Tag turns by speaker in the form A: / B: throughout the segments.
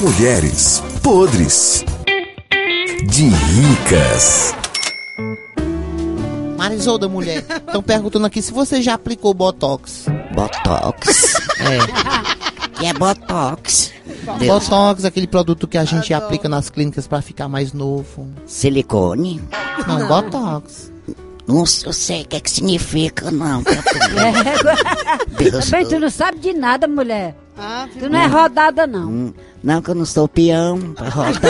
A: Mulheres podres de ricas.
B: Marisolda, mulher, estão perguntando aqui se você já aplicou Botox.
C: Botox. É. Que é Botox. Deus.
B: Botox, aquele produto que a gente aplica nas clínicas pra ficar mais novo.
C: Silicone.
B: Não, Botox.
C: Não s- eu sei o que, é que significa, não. pra tu. É Deus.
D: Também É, tu não sabe de nada, mulher.
E: Ah,
D: Tu não é rodada, não.
C: Hum, Não, que eu não sou peão pra rodar.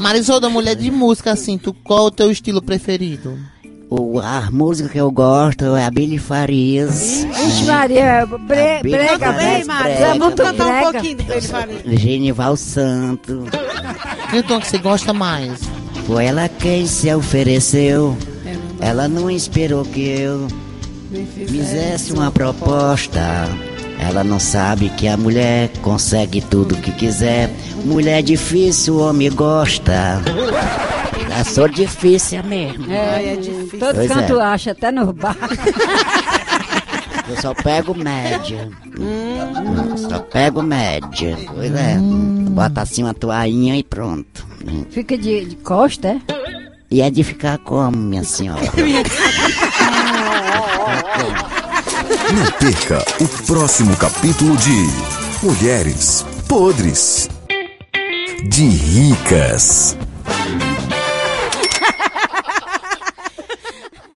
B: Marisolda, mulher de música, assim, tu, qual o teu estilo preferido?
C: o, a música que eu gosto é a Billy Farias.
D: Vixe, Maria, é, bre,
C: Tá Bem-
D: brega,
C: Canta bem,
D: velho.
C: Mari.
D: Tu é
E: Vamos
D: muito
E: cantar um
D: brega.
E: pouquinho do Pedro Faria.
C: Genival Santo.
B: E o tom que você gosta mais?
C: Foi ela quem se ofereceu. Ela não esperou que eu fizesse uma proposta. Ela não sabe que a mulher consegue tudo que quiser. Mulher difícil, homem gosta. Eu sou difícil mesmo.
E: Ai, é difícil.
D: Todo
C: Pois é.
D: canto acha, até no bar.
C: Eu só pego média. Não, Só pego média. Pois é. Bota assim uma toalhinha e pronto.
D: Fica de, de costa, é?
C: E é de ficar como, minha senhora?
A: Não perca o próximo capítulo de Mulheres podres de ricas.